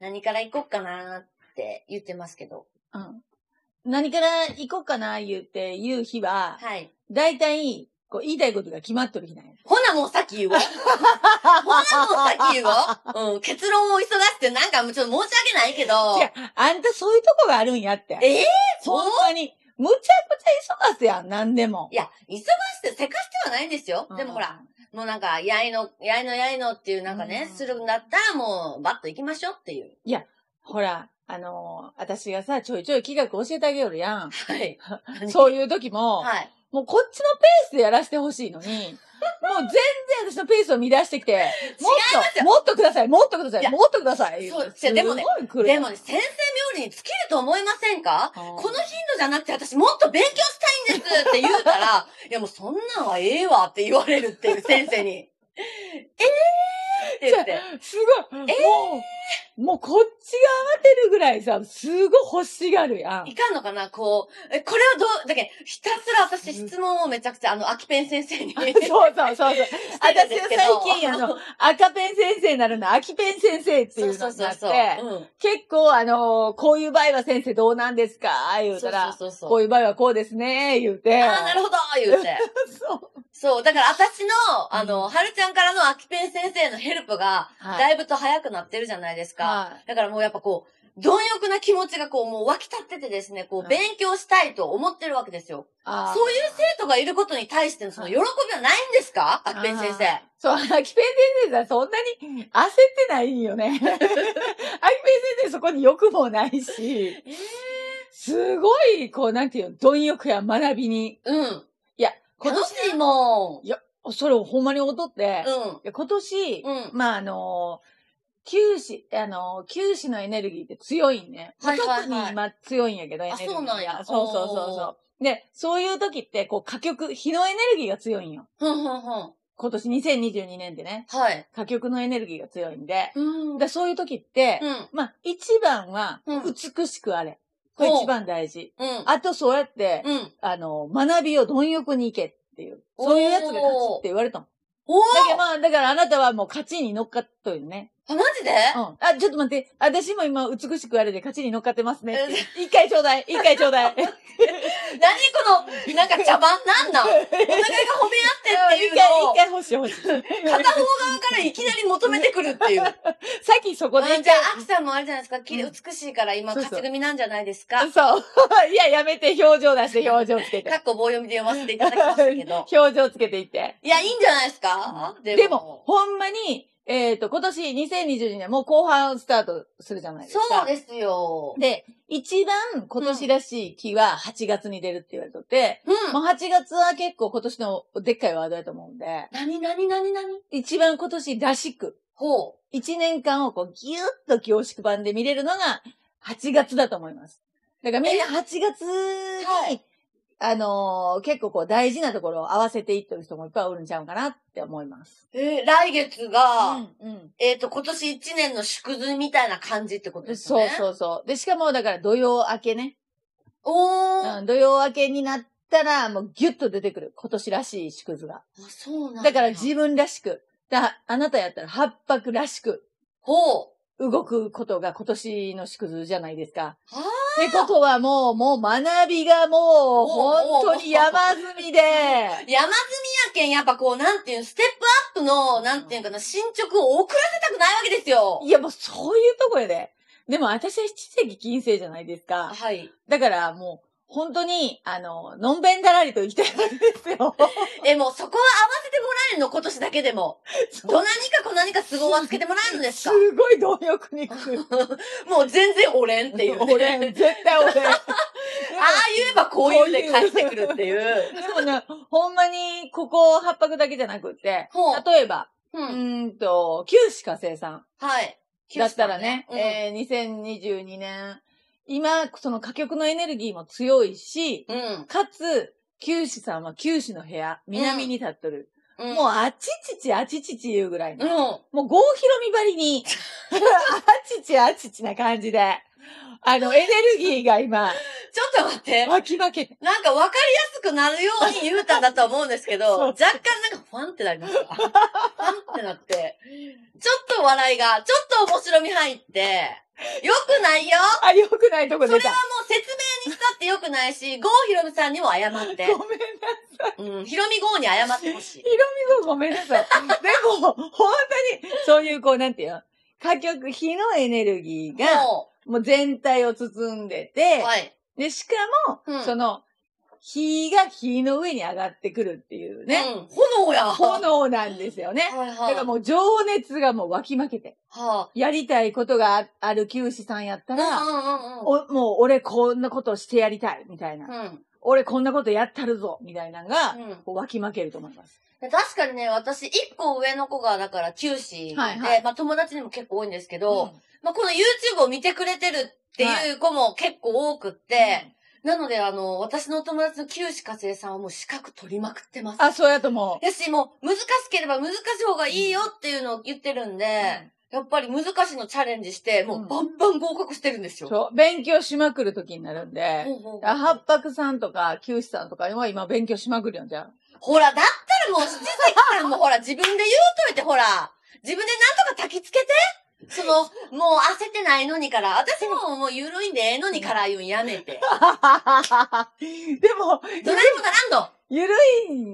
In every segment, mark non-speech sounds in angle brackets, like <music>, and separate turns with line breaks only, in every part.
何から行こっかなって言ってますけど。
うん。何から行こうかな、言うて、言う日は、
はい。
大体、こう、言いたいことが決まっとる日
<laughs>
なんや。
ほなもう先言おう。ほなもう先言おう。うん、結論を急がしてなんかもうちょっと申し訳ないけど。
違う、あんたそういうとこがあるんやって。
ええ
そんなに、むちゃくちゃ忙せやん、何でも。
いや、忙しくて、せかしてはないんですよ。でもほら、もうなんか、やいの、やいのやいのっていうなんかね、
うん
するんだったらもう、バッと行きましょうっていう。
ほら、あのー私がさ、ちょいちょい企画教えてあげよるやん。
はい。
そういう時も、
はい。
もうこっちのペースでやらせてほし
<laughs>
いのに、もう全然私のペースを乱してきて、もっ
す
と、
よ
もっとください、もっとくださ
い
い、
や
もっとください。
そういやでもね
すごい来る
でもね、先生冥利に尽きると思いませんか
あー
この頻度じゃなくて私もっと勉強したいんですって言う
<laughs>
から、いやもうそんなんはええわって言われるっていう先生
<laughs>
に。ええーって言って。
すごい、もう、もうこっちが慌てるぐらいさ、すごい欲しがるやん。
いかんのかなこう、え、これはどう、だけどひたすら私質問をめちゃくちゃ、あの、秋ペン先生に。
そう <laughs> そうそうそう。
るん
私
です
は
け
最
ど
近、あの、赤ペン先生になるの、秋ペン先生ってい
そう
う
そ
の
う
に
そ
な
う
っ
そう。
て、
うん
結構、あの、こういう場合は先生どうなんですか言う
そ
た
う
ら、
そうそうそ
こ
う。
ういう場合はこうですね、言うて。
ああ、なるほど言うて。
そう。
そう。だから私の、
うん
あの、はるちゃんからの秋ペン先生のヘルプが、
はい。
だいぶと早くなってるじゃないですか。
はい
だからもうやっぱこう、貪欲な気持ちがこう、もう湧き立っててですね、こ
は
う、
い
勉強したいと思ってるわけですよ。
あー
そういう生徒がいることに対してのその喜びはないんですかあっぺん先生。
あーそう、秋ペン先生さ、そんなに焦ってないん
<laughs>
よね。秋ペン先生そこに欲もないし、
え
すごい、こう、なんていうの、貪欲や学びに。
えうん。
いや、今
楽
年、
しいもん。
それをほんまに劣って、い
うん。
や今年、
うん。
まあ、あのー、九死、あのー、九死のエネルギーって強いんね。まあ
はいはいはい
特に今強いんやけど、エネルギーが
そうなんや
そうそうそうそう。で、そういう時って、こう、火曲、火のエネルギーが強いんよ。
ふんふんふん。
今年2022年でね、
はい。
火曲のエネルギーが強いんで、
うん
でそういう時って、
うん。
まあ、一番は
うん、
美しくあれ。これ
ほう
一番大事。
うん。
あと、そうやって、
うん。
あの、学びを貪欲に行けっていう。そういうやつが勝ちって言われたの。
おー
だけどまあ、だからあなたはもう勝ちに乗っかっとるね。
あ、マジで
うん。あ、ちょっと待って。私も今、美しくあれで勝ちに乗っかってますねって。一回ちょうだい。一回ちょうだ
<laughs>
い。
何この、なんか邪魔なん <laughs> なんお互いが褒め合ってっていう
一
の
回、
を
一、回欲しい欲しい。
片方側からいきなり求めてくるっていう。
さっきそこで
あ
一
じゃ
回。
あ、アキさんもあれじゃないですか。きれい美しいから今、
そうそう
勝ち組なんじゃないですか。
そう。いや、やめて、表情出して、表情つけ
か
て。
っこ棒読みで読ませていただきましたけ
<laughs>
ど。
表情つけていって。
いや、いいんじゃないですか
でも、ほんまに、えっ、と、今年2022年、もう後半スタートするじゃないですか。
そうですよ。
で、一番今年らしい木は8月に出るって言われとって、
うん。
もう8月は結構今年のでっかいワードやと思うんで、
なになになになに
一番今年らしく、
ほ
1年間をこうギュッと凝縮版で見れるのが8月だと思います。だからみんな8月に、
はい
あのー結構こう大事なところを合わせていってる人もいっぱいおるんちゃうかなって思います。
う。えー来月が、
うんうん
えっ、と、今年一年の縮図みたいな感じってことです
そう
ね。う。
そうそう。で、しかもだから土曜明けね。
おー。
うん、土曜明けになったら、もうギュッと出てくる。今年らしい縮図が。
あそうなん
だから自分らしく。だあなたやったら八白らしく
ほう。
動くことが今年の縮図じゃないですか。
は
ってことはもう、もう学びがもう、本当に山積みで、
山積みやけん、やっぱこう、なんていう、ステップアップの、なんていうかな、進捗を遅らせたくないわけですよ。
いやもうそういうとこやで。でも私は七石金星じゃないですか。
はい。
だからもう、本当に、あの、のんべんだらりと生きてるんですよ。
え、もうそこは合わせてもらえるの、今年だけでも。ど何かこう何か都合はつけてもらえるんです
す
か
ごい貪欲に来る。
<laughs> もう全然おれんっていう、ね。
俺、
あ
絶対俺。 <laughs> でも
あ言えばこういうで返してくるっていう。
でもね、ほんまに、ここ八白だけじゃなくって、
ほう。
例えば、
う。
うんーんと、九死火星さん
はい。
だったらね、
うん
えー、2022年、今、その歌曲のエネルギーも強いし、
うん。
かつ、九死さんは九死の部屋、南に立っとる。
うん。
もう、あちちち、あちちち言うぐらいの。
うん。
もう、郷ひろみばりに、 <laughs> あちちあちちな感じで、あの、エネルギーが今、
ちょっと待
<laughs>
って。
わきまけて。
なんか分かりやすくなるように言うたんだと思うんです <laughs> けど、
そう
若干なんかファンってなりま <laughs> した。ファンってなって、ちょっと笑いが、ちょっと面白み入って、よくないよ
あ、良くないとこ
それはも
出
う
た。
説明に使ってよくないし、郷ひろみさんにも謝って。
ごめんなさい。
うん、ひろみ郷に謝ってほしい
ひ。ろみごごめんなさい。でも、本当に、そういう、こう、なんていうの歌曲、火のエネルギーが、
も
もう全体を包んで
う、
て、
はい。
で、しかも、
うん
その、火が火の上に上がってくるっていうね、
うん、炎や。
炎なんですよね。
はいはい。
だからもう情熱がもう湧きまけて、
は
やりたいことがあある教師さんやった
あ。
ら、
うんうんうん
おもう俺こんなことしてやりたい、みたいな。
うん。うん。
俺こんなことやったるぞ、みたいなのが、
うん
こう湧きまけると思います。
確かにね、私、一個上の子が、だから、九死で、
はいはい
まあ、友達にも結構多いんですけ
う
ど、
ん
まあ、この YouTube を見てくれてるっていう子も結構多くって、、なので、あの、私のお友達の九死かせいさんはもう資格取りまくってます。
あ、そうやと思う。
やし、もう、難しければ難しい方がいいよっていうのを言ってるんで、やっぱり難しいのチャレンジして、もうバンバン合格してるんですよ。
そう、勉強しまくる時になるん
ほ
で、
うほう
あ八白さんとか、九師さんとかは今勉強しまくるよじゃん。
ほら、だったらもう、七崎さんもほら、自分で言うといて、ほら、自分でなんとか焚きつけて。その、もう焦ってないのにから、私ももう緩いんでええのにから言うんやめ <laughs> て。 <laughs>
で
ど
も、
ないもならんの
ゆる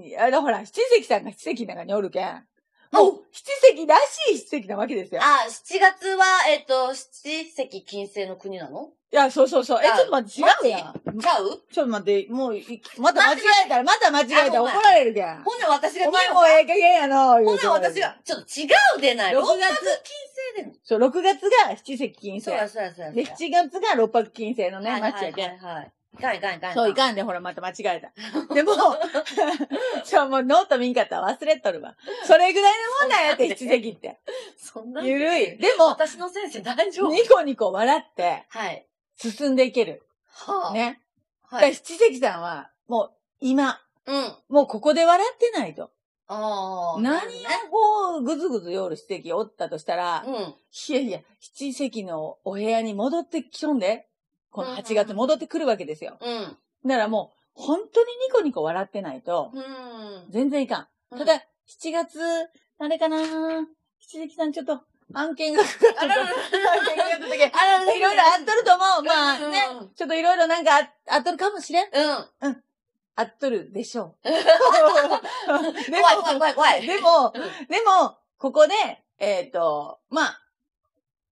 い、あの、ほら、七関さんが七関の中におるけん。も
お
う、七関らしい七関なわけですよ。
あ、7月は、えっ、と、七石金星の国なの
いや、そうそうそう。え、ち
あ
ょっと待って、違うやん。
ちゃう
ちょっと待って、もうい、また間違えたら、また間違えたら
あほんまや
怒られるけん。
ほんなら私が
お前
う
もうええ加減やの、
ほ
言
ん
う
な
て
ら私が、ちょっと違うでない。
6
6
月
月金星でんの
そう、6月が七関金星
そう。や、そうや、そうや。
で、7月が六白金星のね、マッチや
はい
け
は
ん
い。はい。いかんいかんいかん。
そう、いかんで、ほら、また間違え
<laughs>
た。でも、 <laughs> じゃあもうノート見んかったら忘れっとるわ。それぐらいのもんだよって、七席って。
そんな。
ゆるい。。でも、
私の先生大丈夫
ニコニコ笑って、
はい。
進んでいける。
はあ。
ね。だか
は
ら
い。
七席さんは、もう、今、
うん。
もうここで笑ってないと。
ああ。
何をこう、ぐずぐず夜七席おったとしたら、
うん。
いやいや、七席のお部屋に戻ってきとんで、この8月戻ってくるわけですよ。
うん。
ならもう、本当にニコニコ笑ってないと、
うん。
全然いかん。ただ、7月、あれかな七関さんちょっと、案件がかかって
あ
る。
ららら
案件がかかってる
あららら
けんいろいろあっとると思う。まあね、
うん
ちょっといろいろなんかああっとるかもしれん。
うん。
あっとるでしょ
<laughs>
う。
怖い怖
でも
い怖い怖い。
でも
うん、
でも、ここで、えっ、と、まあ、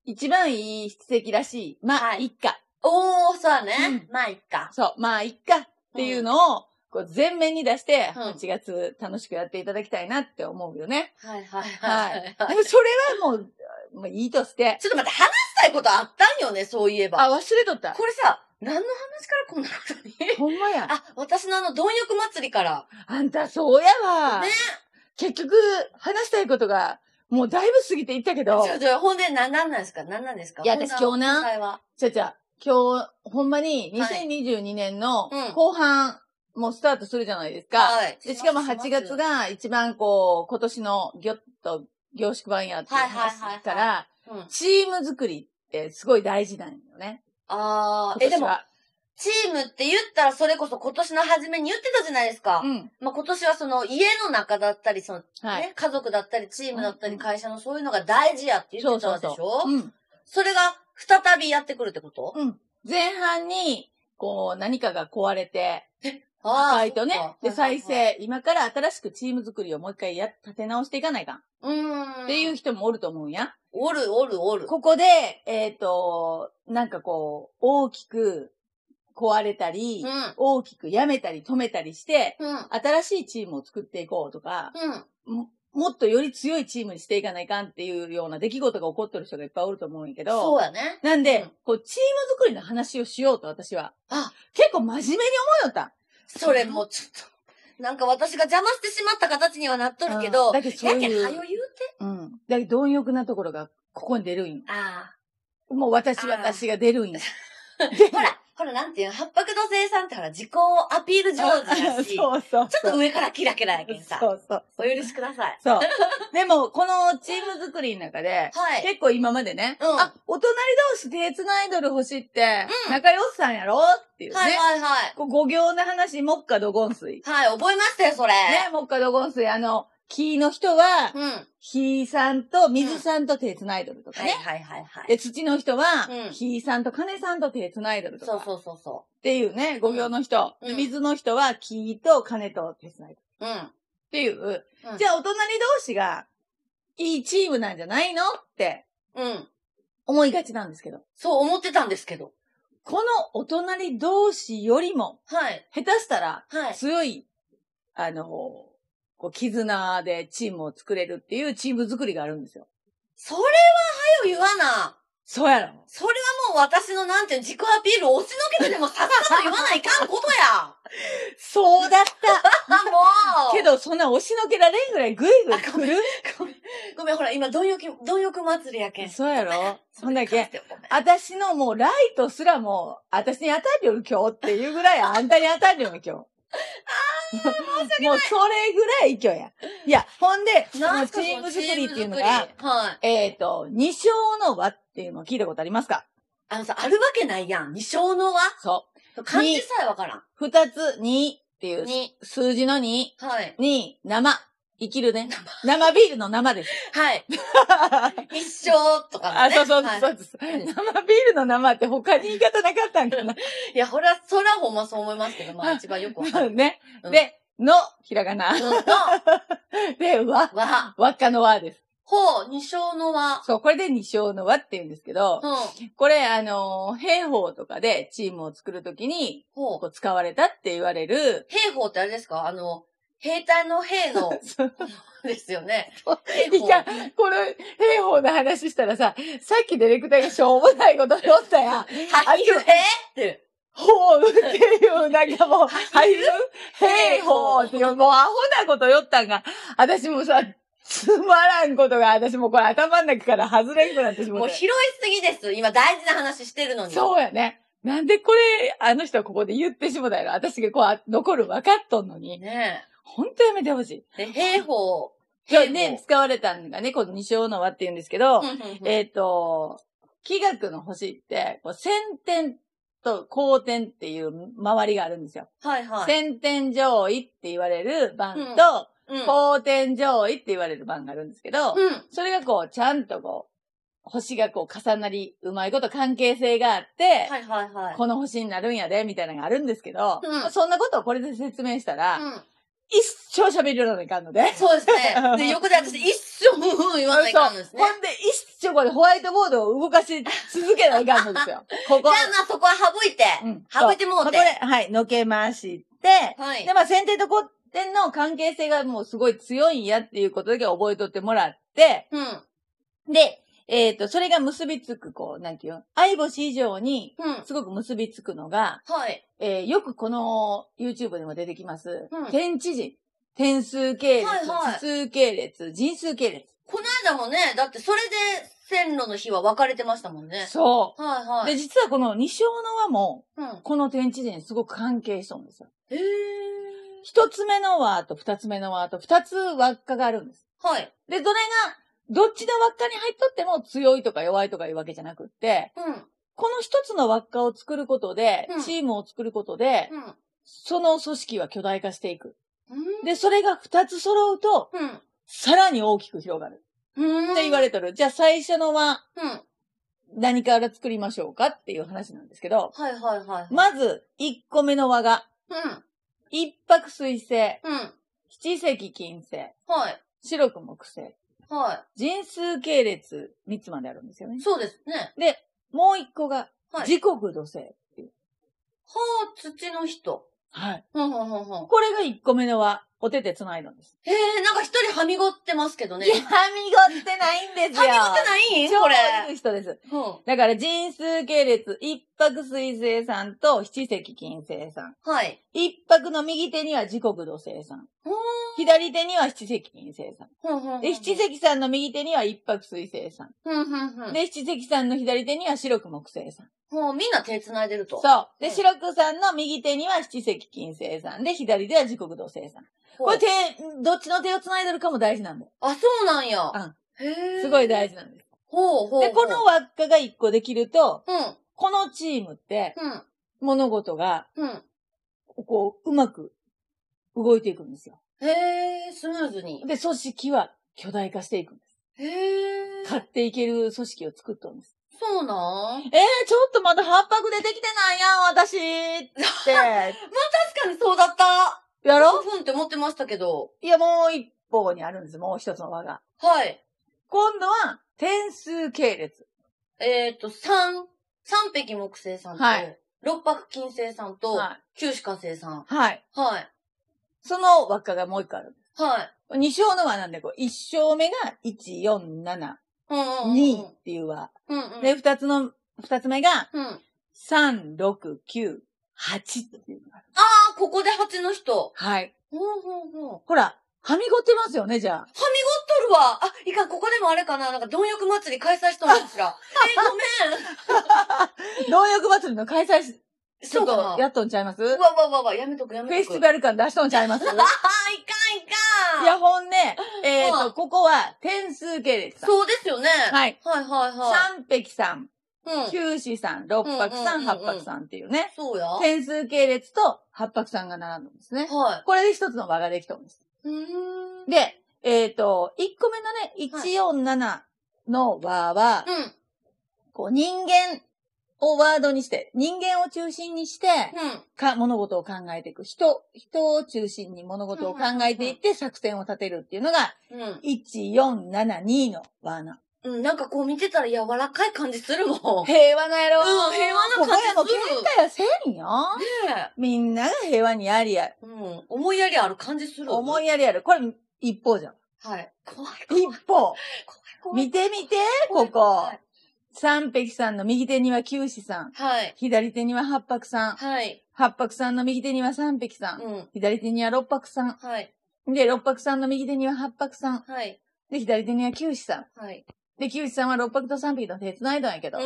一番いい七関らしい。まあ、
はい
いっか。
おー、そうだ
うん
ね。まあ、いっか。
そう、まあ、いっか。っていうのを、こう、全面に出して、
うん
8月楽しくやっていただきたいなって思うよね。
はいはい
は
はいい。
でもそれはもう、もういいとして。
ちょっと待って、話したいことあったんよね、そういえば。
あ、忘れとった。
これさ、何の話からこんなことに
ほんまや。あ
あ、私のあの、貪欲祭りから。
んたそうやわ。
ね。
結局、話したいことが、もうだいぶ過ぎていったけど
ち、ょちょ、ほんで、何なんなんですか何なんですか
いや私今
こ
日な。
ん詳細は
ちゃちゃ、今日、ほんまに
はい
2022年の
うん
後半、もうスタートするじゃないですか。
はい。
で、しかも8月。が一番こう、今年のギョッと凝縮版やっていう
は
話
いはいはいはい
から、
うん。
チーム作りってすごい大事なんよね。
あー、
今
え、で
年
も、
は。
チームって言ったらそれこそ今年の初めに言ってたじゃないですか。
うん。
まあ、今年はその家の中だったり、その、ね
はい。
家族だったり、チームだった
うん
り、
うん
会社のそういうのが大事やって言ってたでしょそ
うん。
れが再びやってくるってこと、
前半に、こう、何かが壊れて、
あ
破壊とね、で、再。
そっか
生、今から新しくチーム作りをもう一回や、立て直していかないかん。
はいはいはいうん。。
っていうう人もおると思うんや。
おるおるおる。
ここで、えっ、と、なんかこう、大きく壊れたり、
うん。うん。
大きくやめたり止めたりして、
うん。
新しいチームを作っていこうとか、ももっとより強いチームにしていかないかんっていうような出来事が起こってる人がいっぱいおると思うんやけど、
そうやね。
なんで、
うん
こう、チーム作りの話をしようと、私は。
あ
結構真面目に思いよった。
それもうちょっと、なんか私が邪魔してしまった形にはなっとるけど、
うんだけどそういう
やけん、はよ言うて。
うん。だけど、貪欲なところが、ここに出るんよ。
あ
もう私、
あー
私が出るんよ。
あ。ほら、ほら、なんていうの、八白土星さんってほら、自己アピール上手やし。
<laughs> そうそう。
ちょっと上からキラキラやけんさ。
そうそう。
お許しください。
そう。でも、このチーム作りの中で、
はい。
結構今までね、
うん
あ、お隣同士手繋いどる欲しいって、
うん
仲良しさんやろっていうね。
はいはいはい。
こう五行の話、もっかどごんすい。
はい、覚えましたよ、それ。
ね、もっかどごんすい。あの、木の人は、
うん。は
火さんと水さんと手繋いどるとか
い
ね。
はいはいはい。
で、土の人は
うん、
火さんと金さんと手繋いどると
そう
か。
そうそうそ
っていうね、五行の人。
うん
水の人は、木と金と手繋いどる。
う。うん。
っていう。
うん
じゃあ、お隣同士が、いいチームなんじゃないのって
うん。
思いがちなんですけど。
そう思ってたんですけど。
このお隣同士よりも、
はい。
下手したら、
はい。
強い、あの、こう、絆でチームを作れるっていうチーム作りがあるんですよ。
それは早よ言わな。
そうやろ。
それはもう私のなんていうの自己アピールを押しのけてでもさっさと言わないかんこと <laughs> や。
そうだった。
あ、もう。
け、ど、そんな押しのけられんぐらいぐいぐい
あ
来
ごめん
る
ごめん、ほら、今、貪欲、貪欲祭りやけん。
そうやろそんだけ。
ごめん
私のもうライトすらもう、私に当たるよ今日っていうぐらい、あんたに当たるよ今日。ああ、申し訳ない。もうそれぐらい今日や。いや、ほんで、そ
なん
の
すかそ
チー
の
ム
チ
作り
ー
っ
ム
ていう
作
の
り。
が、
はい。
えっ、と、二勝の輪っていうのを聞いたことありますか
あのさ、あるわけないやん。二章の輪
そ
漢字さえわからん。
う。二つ、二っていう
に。
数字の二、
はい。
に、生。生きるね。生ビールの
<laughs>
生です。
はい。一生とかの
あ、
ね。
そうそう
はい
そうです。生ビールの生って他に言い方なかったんかな。
いや、ほら、そらほんまそう思いますけど、まあ一番よくわかる。 <laughs>
ね
う。ん
で、の、ひらがな
うん。の、
で、わ、
和。
輪っかの輪です。
ほう、二章の和。
そう、これで二章の輪って言うんですけど、
うん。
これ、あのー、兵法とかでチームを作るときに、
ほ
こ
う。
う使われたって言われる、
兵法ってあれですかあの、兵隊の兵
<laughs>
のですよね。兵
い
法。
や、この兵法の話したらさ、さっきディレクターがしょうもないこと言ったやん。
はひゅへって。
法っていう、なんかもう、俳優兵法っていう、もうアホなこと言ったんが、私もさ、つまらんことが、私もうこれ頭の中から外れんくなってし
も
ま
う
っ
拾いすぎです。今大事な話してるの
た。
に。
そうやね。なんでこれ、あの人はここで言ってしもたやろ。私がこうあ、残る分かっとんのに。
ね
ほんとやめてほしい。
え。で、兵法。
じ
兵
ゃ
法。
ね、使われたんがね、この二章の輪って言うんですけど、
うんうんうん
えっ、と、気学の星って、こう先天と後天っていう周りがあるんですよ。
はいはい。
先天上位って言われる番
うん
と、
うん
後天上位って言われる番があるんですけど、
うん。
それがこう、ちゃんとこう、星がこう重なり、うまいこと関係性があって、
はいはいはい。
この星になるんやで、みたいなのがあるんですけど、
うん
そんなことをこれで説明したら、
うん
一生喋るようにいかんので、
そうです
<laughs>
ね。で、横で私一生、うんうん言わないかんのですね
ほ。んで一生これホワイトボードを動かし続けないかんので
<laughs>
すよ。
じ
こ
ゃ
こ。
あまあそこは省いて
うん、
省いても
まあ
う
こ
て
れ。、はい、のけまして、
はい
で、。まあ、先手と後手の関係性がもうすごい強いんやっていうことだけ覚えとってもらって、
うん。
で、えっ、と、それが結びつく、こう、なんていうの相星以上に、
うん。
すごく結びつくのが、
はい。
えーよくこの YouTube でも出てきます、
うん
天地人。点数系列、
はいはい
地数系列、人数系列。
この間もね、だってそれで線路の日は分かれてましたもんね。
そ
はいは
う。
い。
で、実はこの二章の輪も、
うん。
この天地人にすごく関係しとるんですよ。
へえ。
一つ目の輪と二つ目の輪と二つ輪っかがあるんです。
はい。
で、どれが、どっちの輪っかに入っとっても強いとか弱いとかいうわけじゃなくって、
うん。
この一つの輪っかを作ることで
うん、
チームを作ることで、
うん。
その組織は巨大化していく。
うん。
で、それが二つ揃うと、
うん。
さらに大きく広がる。
うん。
って言われとる。じゃあ最初の輪、
うん。はい
何から作りましょうかっていう話なんですけど、
はいはいはい。
まず、一個目の輪が、
うん。
一泊水星、
うん。
七石金星、
はい。
白く木星、
は
人数系列三つまであるんですよね
い。。そうですね。
で、もう一個が、
はい。
時刻土星。
はあ、土の人。
はい。
ほんほんほんほん。
これが1個目のは、お手で繋いだんです。
へえ、なんか一人はみごってますけどね。
いや、はみごってないんですよ。
はみごってない
超
これ。
いい人です。
うん。
だから、人数系列、一泊水星さんと七石金星さん。
はい。
一泊の右手には時刻土星さん。
ほー
左手には七石金星さん。
ほんほんほん。
で、七石さんの右手には一泊水星さん。
うんうんうん。
で、七石さんの左手には白く木星さん。
もうみんな手繋いでると。
そう。
う
で、
ん
白くさんの右手には七石金星さん。で、左手は時刻土星さん。
ほう
これ手、どっちの手を繋いでるかも大事なんだよ。
あ、そうなんや。
うん
へえ。
すごい大
事。
事なんです。
ほうほう。
で、この、輪っかが一個できると、
うん、
このチームって
うん、
物事が、
うん。
こう、うまく動いていくんですよ。
へえ、スムーズに。
で、組織は巨大化していくんで
へえ
す。。買っていける組織を作っとるんです。
そうなん
えー、ちょっとまだ八白出てきてないやん、
<laughs>
私って。
確かにそうだった。
やろ
ふんって思ってましたけど。
いや、もう一方にあるんです、もう一つの輪が。
はい。
今度は、点数系列。
えっ、と、三、三匹木星さんと、
はい
六白金星さんと、
は
九死火星さん。
い。はい。
はい。
その輪っかがもう一個ある。
はい。
二勝の輪なんで、こう、一勝目が1、4、7、
うんうん、うん。
2っていう輪。
うんうん。
で、二つの、二つ目が、
うん。あ
3、6、9、8っていうのがある。
ー、ここで蜂の人。
はい。
ほうほうほう。
ほら、はみごってますよね、じゃあ。
はみごっとるわ。あ、いかん、ここでもあれかな。なんか、貪欲祭り開催しとるんですら。えー、ごめん。
農薬祭りの開催し、ち
そ
ょっ
うか
と
な。
やっとんちゃいます
うわうわうわうわ、やめとく、や
フェイ
めと
ス
く。
ティバル感出しとんちゃいま
<laughs>
す
ああ、いかん、いかん。
いや、ほんね、えっ、
う
と、ここは点数系列さん。
そうですよね。
はい。
はい、はい、は
三匹さん、
い。うん。
九死さん、六白さ、
うんんうんうん
八
うん
白さんっていうね。
そうや。はい。
点数系列と八白さんが並んだんですね。これで一つの輪ができたんです。
うーん。
で、えっ、と、一個目のね、一四七の輪は、
うん。
こう人間をワードにして、人間を中心にして、
うん。
か、物事を考えていく。人、人を中心に物事を考えていって作戦を立てるっていうのが、
うん。
1472の罠。
うん、なんかこう見てたら柔らかい感じするもん。ね
平和なやろ
うん平和な感じする
ここやも喧嘩やせんよ。
え。
みんなが平和にやりやる。
うん。思いやりある感じする。
思
い。
いやりやる。これ、一方じゃん。
はい。怖い。怖い
一方。
怖い。
見て見て、
怖
こ
い
こ。。三匹さんの右手には九死さん。
はい。
左手には八白さん。
はい。
八白さんの右手には三匹さん。
うん。
左手には六白さん。
はい。
で、六白さんの右手には八白さん。
はい。
で、左手には九死さん。
はい。
で、九死さんは六白と三匹と手繋いだんやけ
う
ど。
ん。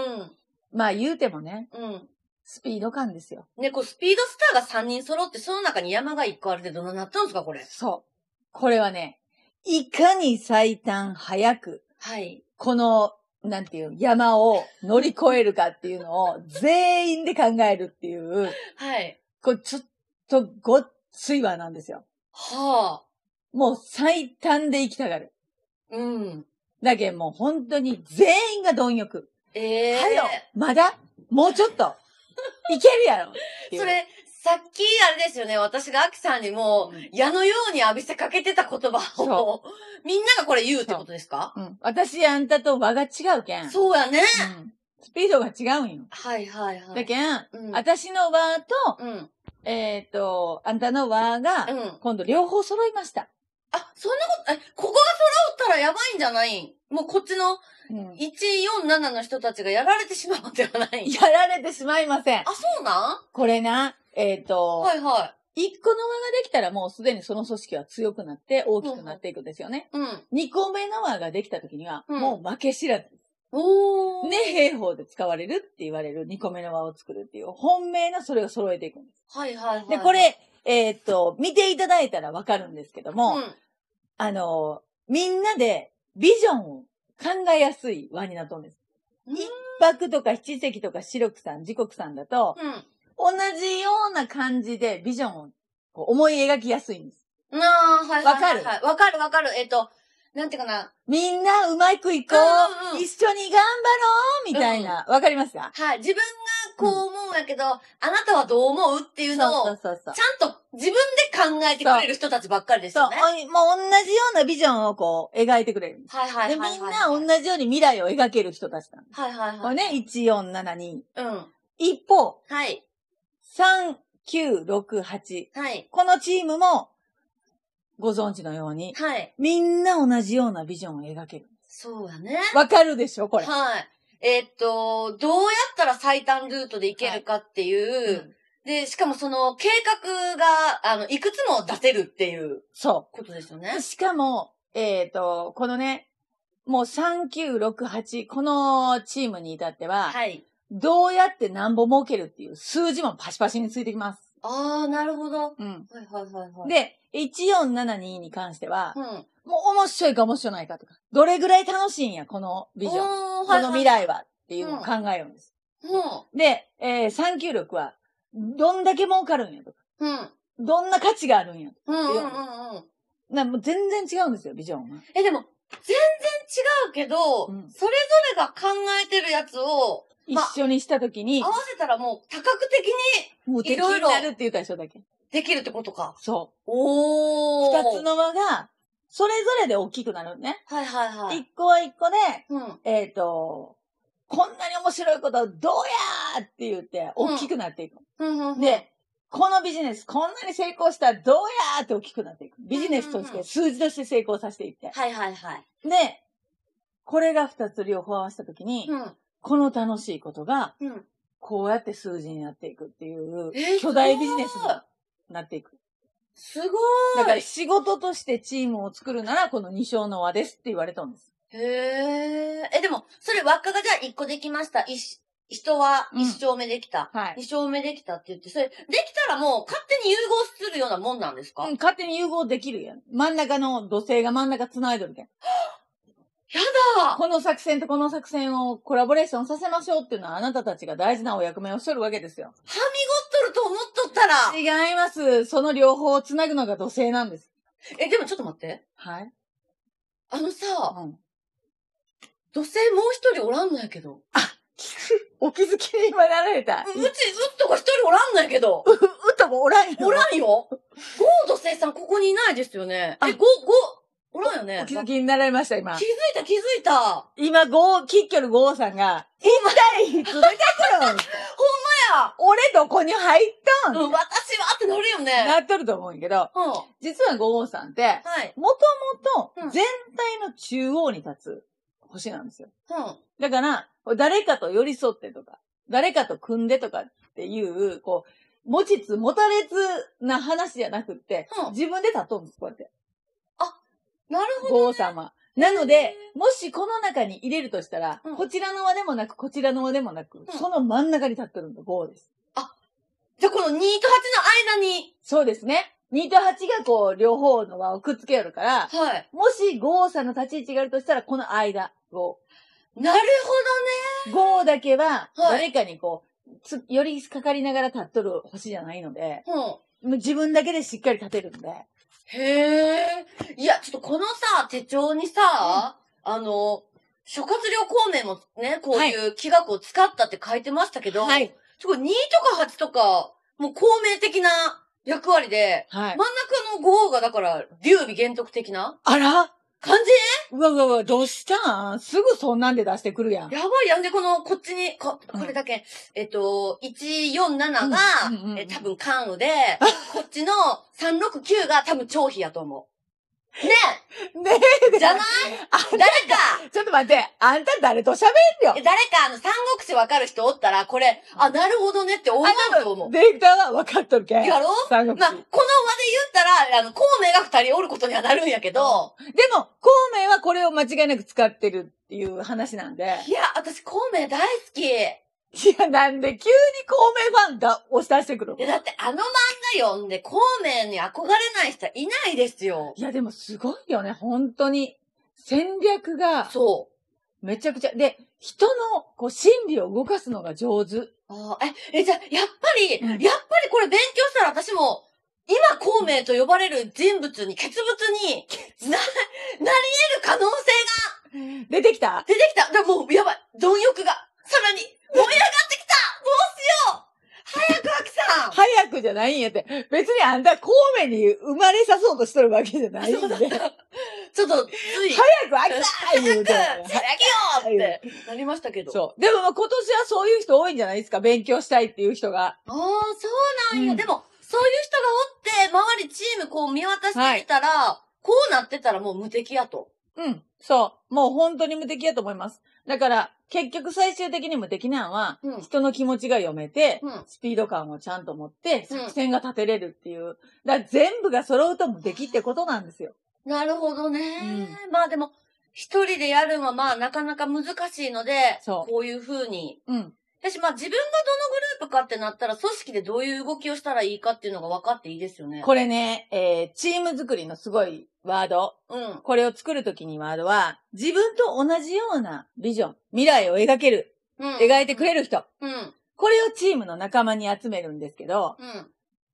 まあ言うてもね、
うん。
スピード感ですよ。
ね、こう、スピードスターが3人揃って、その中に山が1個あるってどんななったんですか、これ。
そう。これはね、いかに最短早く、
はい。
この、なんていう、山を乗り越えるかっていうのを全員で考えるっていう、
はい。
これちょっとごっついわなんですよ。
はあ。
もう最短で行きたがる。
うん。
だけどもう本当に全員が貪欲。
ええ
はよまだもうちょっといけるやろっていう
<laughs> それ、さっき、あれですよね、私がアキさんにも
うん、
矢のように浴びせかけてた言葉を、みんながこれ言うってことですか
うん。私あんたと輪が違うけん。
そうやね。
うんスピードが違うんよ。
はいはいは
だ
い。
けん、
うん。
私の輪と、
うん。うん。
えっ、と、あんたの輪が、今度両方揃いました。
あ、そんなこと、え、ここが揃ったらやばいんじゃないんもうこっちの
うん
147の人たちがやられてしまうんではない
やられてしまいません。
あ、そうなん
これな、えっ、と、
はいは
一個の輪ができたらもうすでにその組織は強くなって大きくなっていくんですよね。
い。うん。
二個目の輪ができた時には、
うん
もう負け知らず。
おー。
ね、。兵法で使われるって言われる二個目の輪を作るっていう、本命のそれを揃えていくんです。
はいはいはい。
で、こ、れ、えっ、と、見ていただいたらわかるんですけど
う
も、
ん。
あの、みんなでビジョンを考えやすい輪になっとるんです。
うん
一泊とか七石とか四六さん、時刻さんだと、
う
同じような感じでビジョンをこう思い描きやすいんです。
ん。なあ、はいはい
わか
はい
る
はい。わかるわかる。えっと、なんていうかな。
みんなうまくいこう、
うんうん
一緒に頑張ろうみたいな。わ、かりますか
はい。自分がこう思うんやけど、あなたはどう思うっていうのを、
そうそうそうそう
ちゃんと自分で考えてくれる人たちばっかりです
そう、
よね。
おいもう同じようなビジョンをこう描いてくれるんです。
はいはい
で、
はいはい。
みんな同じように未来を描ける人たちなんです。
はいはい
こ
は
れ
い。
ね、1472。
うん。
一方、
はい。
3968。
はい。
このチームも、ご存知のように、
はい。
みんな同じようなビジョンを描ける。
そうやね。
わかるでしょこれ。
はい。えーっと、どうやったら最短ルートで行けるかっていう、
うん
で、しかもその計画が、あの、いくつも出せるっていう
そ
ことですよ
う。
ね。
しかも、えっ、と、このね、もう3968、このチームに至っては、
はい。
どうやって何本儲けるっていう数字もパシパシについてきます。
あー、なるほど。は
うん。
いはいはいはい。、
で、1472に関しては、
うん。
もう面白いか面白ないかとか、どれぐらい楽しいんや、このビジョン。
ョ
この未。来はっていうのを考えるんです。
も
で、えー、396は、どんだけ儲かるんやとか、
うん。うん。
どんな価値があるんやとか、
うんうんうん
なもう全然違うんですよ、ビジョンは。
え、でも、全然違うけど、
うん
それぞれが考えてるやつをまあ
一緒にしたときに
合、わせたらもう多角的に
もう敵
いろい
に
ろ
なるって言ったでしょ、だけ。
できるってことか。
そ
お
う。
ー。
二つ。の輪が、それぞれで大きくなるのね。
はいはいはい。
一個は一個で、
うん。
えっ、と、こんなに面白いこと、どうやーって言って、大きくなっていく。
うんうんうん。
で、このビジネス、こんなに成功したらどうやーって大きくなっていく。ビジネスと
うんう
し
んう
て、
ん
数字として成功させていって。
はいはいはい。
で、これが二つ両方合わせたときに、
うん。
この楽しいことが、
うん。
こうやって数字になっていくっていう
えー、
巨大ビジネス
すごい
になっていく。
すご
だか
ー
ら
い。
仕事としてチームを作るなら、この二章の輪ですって言われたんです。
へえ。え、でも、それ輪っかがじゃあ一個できました。一、人は
うん
一生目できた。
はい。
二生目できたって言って、それ、できたらもう勝手に融合するようなもんなんですか、
う
や
ん、勝手に融合できるやん。真ん中の土星が真ん中繋いどるけん。
だ
この作戦とこの作戦をコラボレーションさせましょうっていうのはあなたたちが大事なお役目をしとるわけですよ。
はみごっとると思っとったら
違います。その両方を繋ぐのが土星なんです。
え、でもちょっと待って。
はい。
あのさ、
うん。
女性もう一人おらんのやけど。
<laughs> お気づきに今なられた。
うち、うっとが一人おらんのやけど。
うともおらんよ。
おらんよ。ゴード生さんここにいないですよね。
あ
え、ゴ、ゴ、おらんよね。
お
気
気
づ
づ
い
きになられました、今。
た気づいた。ほん
今、ゴー、キッキョルゴーさんが、一体いつ出てくるん <laughs> 俺どこに入っ
まや。
と
うんん、私はってなるよね。
<laughs> なっとると思うんやけど、
うん。は
実はゴーさんって、
い。
もと
う
も
ん
と全体の中央に立つ星なんですよ。
うん。
だから、誰かと寄り添ってとか、誰かと組んでとかっていう、こう、持ちつ持たれつな話じゃなくって、
うん
自分で立とうんです、こうやって。
なるほど。
ゴー様。なの
へ
で、もしこの中に入れるとしたら、
うん
こちらの輪でもなく、こちらの輪でもなく、
うん
その真ん中に立ってるんだ、ゴーです。
じゃあこの2と8の間に。
そうですね。2と8がこう、両方の輪をくっつけよるから、
はい。
もしゴーさんの立ち位置があるとしたら、この間、ゴー。
なる
ゴーだけは、
は
誰かにこう、つ、よりかかりながら立っとる星じゃないので、
ほどね。うん。
もう自分だけでしっかり立てるんで。
へえ。いや、ちょっとこのさ、手帳にさ、あの、諸葛亮孔明もね、こういう気学を使ったって書いてましたけど、
はい。
すごい2とか8とか、もう孔明的な役割で、真
は
ん。中の五がだから、劉備玄徳的な
あら
感
うわうわうわ、どうしたんすぐそんなんで出してくるやん。
じやばいやんで、この、こっちに、こ、これだけ、えっと、147が
うんうんうんう、ん
え、多分関羽で、こっちの369が多分張飛やと思う。ね
ねえ、
じ
<laughs>
ゃない誰か
ちょっと待って、あんた誰と喋んよ
え誰か、あの、三国志わかる人おったら、これ、あ、なるほどねって思うと思う。
ディレクターは分かっとるけん。
やろ
三
まあ、この
国志
場で言ったら、あの、孔明が二人おることにはなるんやけど、
でも、孔明はこれを間違いなく使ってるっていう話なんで。
いや、私、孔明大好き。い
いや、なんで急に孔明ファンだ、押し出してくるの
や、だって、あの漫画読んで、孔明に憧れない人はいないですよ。
いや、でもすごいよね、本当に。戦略が
そ
めちゃくちゃ。で、人のこう心理を動かすのが上手。
う。あーえ、え、じゃあ、やっぱり、
うん
やっぱりこれ勉強したら私も、今、孔明と呼ばれる人物に、欠物に、な、なり得る可能性が
出てきた
出てきたでもう、やばい貪欲がさらに燃え上がってきたどうしよう早く、アキ
早くじゃないんやって。別にあんた孔明に生まれさそうとしとるわけじゃないんで。
そうだ
早く
さんちょっと、つい、 <laughs>
飽きた言うて。
早 <laughs> く早くよってなりましたけど。あ
そう。でもまあ今年はそういう人多いんじゃないですか勉強したいっていう人が。
あー、そうなんや。
うん
でも、そういう人がおって、周りチームこう見渡してみたら、こうなってたらもう無敵やと。
うん。そう。もう本当に無敵やと思います。だから、結局最終的に無敵なんは、
うん
人の気持ちが読めて、
うん。
スピード感をちゃんと持って、
うん
作戦が立てれるっていう。だから全部が揃うともできってことなんですよ。
なるほどね。まあでも、一人でやるんはまあなかなか難しいので、
そう
こういう風に
うん。
私、まあ自分がどのグループかってなったら、組織でどういう動きをしたらいいかっていうのが分かっていいですよね。
これね、えー、チーム作りのすごいワード。
うん。
これを作るときにワードは、自分と同じようなビジョン、未来を描ける、
うん。
描いてくれる人。
うん。
これをチームの仲間に集めるんですけど、
うん。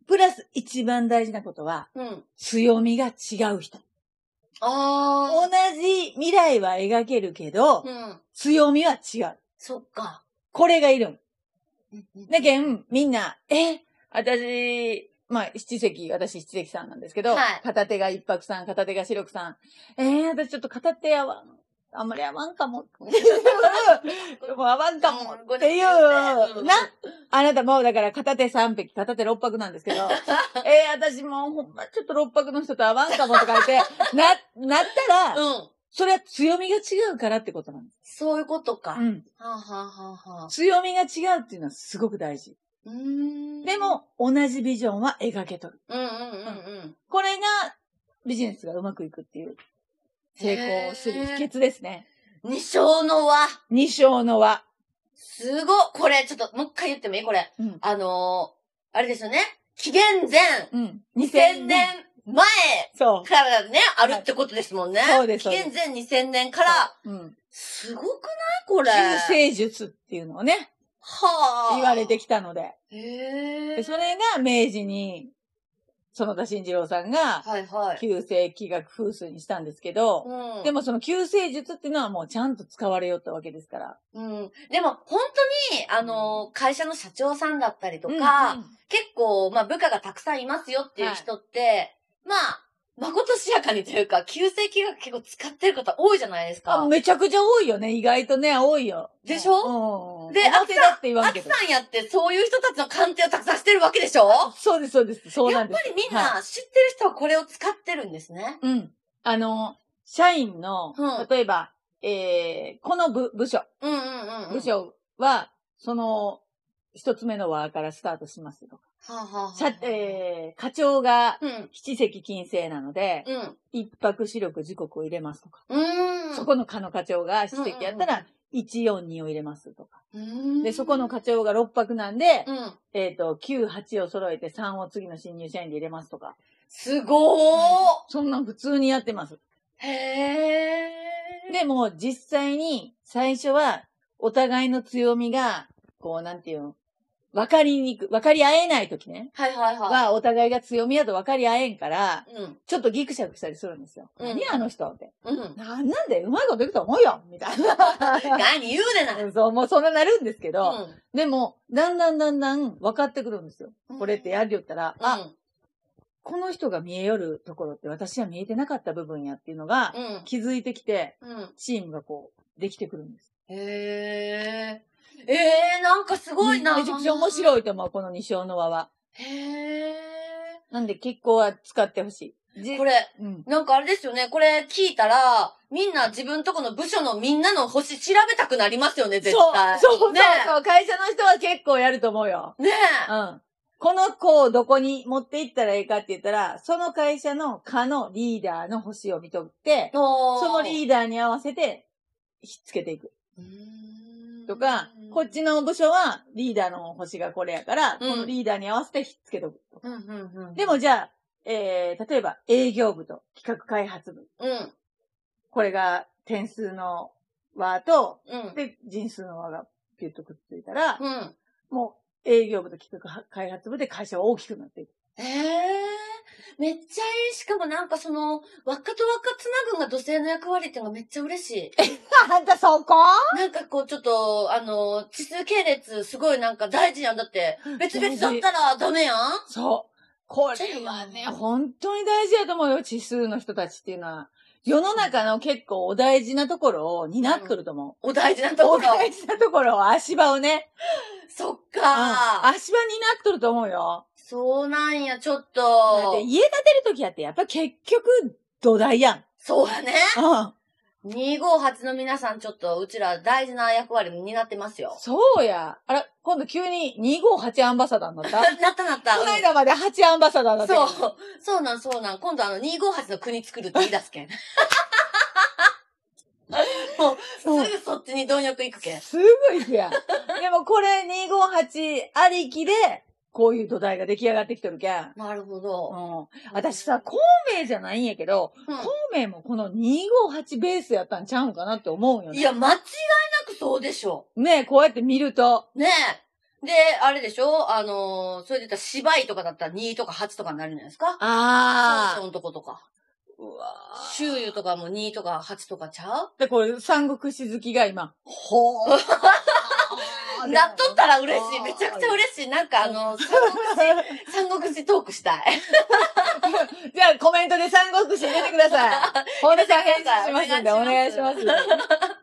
プラス一番大事なことは、
うん。
強みが違う人。同
あ
じ未来は描けるけど、
あ。うん。
強みは違う。
そっか。
これがいるん。
うんうん
だけん、みんな、え、私、まあ、七席、私七席さんなんですけど、
はい
片手が一泊さん、片手が四六さん、えー、私ちょっと片手合わん、あんまり合わんか
<laughs>
も。もう合わんかも
うん
っていう、
うん
な、あなたもうだから片手三匹、片手六泊な
<laughs>
んですけど、えー、私もうほんまちょっと六泊の人と合わんかもとか言って、 <laughs> な、なったら、
うん。
それは強みが違うからってことなんです。
そういうことか。
うん。
はあ、はあはあはあ、
強みが違うっていうのはすごく大事。
うーん。
で、も、同じビジョンは描けとる。
うんうんうんうん。
これが、ビジネスがうまくいくっていう、成功する秘訣ですね。
二章の輪。
二章の輪。
すごっこれ、ちょっと、もう一回言ってもいいこれ。
うん
あのー、あれですよね。紀元前、
うん。
2000年。前
そう。
からね、あるってことですもんね。
そうですそう
紀
です
元前2000年から、
うん。
すごくないこれ。
救世術っていうのをね、
はあ。
言われてきたので。
へ
で
え。
それが明治に、園田慎次郎さんが、
はいはい。
旧世気学風水にしたんですけど、
うん、
でもその救世術っていうのはもうちゃんと使われよったわけですから。
うん。でも、本当に、あのー、会社の社長さんだったりとか、
うんうん
結構、まあ、部下がたくさんいますよっていう人って、まあ、まことしやかにというか、急性気学結構使ってる方多いじゃないです
あ
か。
めちゃくちゃ多いよね。意外とね、多いよ。
でしょ
うんうんうん、
で
表だって言わ
あ
ん
つ
けど。
さんやってそういう人たちの鑑定をたくさんしてるわけでしょやっ
そうです、そうです。そうなんで
ぱ
す。
りみん
は
な知ってる人はこれを使ってるんですね。
いうん。あの、社員の、
うん
例えば、えー、この部、部署、
うんうんうん、うん。
部署は、その、一つ目の輪からスタートしますとか。
はあ、はあはあ、
社えー、課長が
うん。
七席金星なので、
うん。
一泊四力時刻を入れますとか。
うーん。
そこの課の課長が七席やったら、142を入れますとか。
うん。
で、そこの課長が六泊なんで
う、ん。
えっ、と、9、8を揃えて3を次の新入社員で入れますとか。
すごー、
そんなん普通にやってます。
へー。
でも、実際に最初は、お互いの強みが、こう、なんていうの、分かりにく、分かり合えない時ね。
はいはいはい。
は、お互いが強みやと分かり合えんから、
うん。
ちょっとギクシャクしたりするんですよ。
うん
何あの人って。
うん。
なんなんでうまいこといくと思うよみたい <laughs> な。
何言うでな。
そう、もうそんななるんですけど、
うん
でも、だんだんだんだん分かってくるんですよ。これってやりよったら、あ、この人が見えよるところって私は見えてなかった部分やっていうのが
う、ん。
気づいてきて、
うん。うん。
チームがこう、できてくるんです。
へえ。ええなんかすごいな。
めちゃくちゃ面
い。
白いと思う、この二章の輪は。
へ
なんで結構は使ってほしい。
え。
じ
これ、
うん。
なんかあれですよね。これ聞いたら、みんな自分とこの部署のみんなの星調べたくなりますよね、
そう、
絶
そう、
対。
そう、そう
ね
そう会社の人は結構やると思うよ。
え。ね
う
え。
ん。この子をどこに持っていったらいいかって言ったら、その会社の課のリーダーの星を見とって、
そ
そのリ
ー
ーダーに合わせて、ひっつけていく。とか、こっ。ちの部署はリーダーの星がこれやから、
うん
このリーダーに合わせてひっつけとく。
うんうんうん。
で、もじゃあ、えー、例えば営業部と企画開発部。
うん。
これが点数の和と、
うん。
で、人数の和がピュッとくっついたら、
うん。
もう営業部と企画開発部で会社は大きくなっていく。
ええめっちゃいい。しかもなんかその、輪っかと輪っかつなぐんが土星の役割っていうのがめっちゃ嬉しい。
あんたそこ
なんかこう、ちょっと、あの、地数系列、すごいなんか大事やん。だって、別々だったらダメやん。
そう。これはね、本当に大事やと思うよ、指数の人たちっていうのは。世の中の結構お大事なところを担ってくると思う。
お大事なとこ
お
ろ。
大事なところを足場をね。
そっ
うん
か、
足場になっとると思うよ。
そうなんや、ちょっ
だっ
と
て。家建てるときやってやっぱ結局土台やん。
そうやね。
うん。
258の皆さん、ちょっと、うちら大事な役割になってますよ。
そうや。あら、今度急に258アンバサダーになっ <laughs> た
なったなった。
この間まで8アンバサダーだ
うん
った
そ
よ。
う。そうなん、そうなん。今度あの、258の国作るって言い出すけん。
そう
すぐそっちに貪欲行くけん。
すぐ行くやん。 <laughs> でもこれ258ありきで、こういう土台が出来上がってきとるけん。
なるほ
う
ど。
ん。私さ、孔明じゃないんやけど、
うん
孔明もこの258ベースやったんちゃうんかなって思うよ
い
ね。
や、間違いなくそうでしょ
ねえこうやって見ると。
う。ねえ。で、あれでしょあのーそれで言ったら芝居とかだったら2とか8とかになるんじゃないですか
あ
そ
あ。
のとことか。
うわー
周遊とかも2とか8とかちゃう
で、これ、三国志好きが今。
ほう。 <laughs> なっとったら嬉しい。めちゃくちゃ嬉しい。なんかあの、三国志、三国志トークしたい。
<laughs> じ <laughs> ゃあ、コメントで三国志入れてください。本田さん返事しますんで、お
お
願
願
い
い
し
し
ま。
ます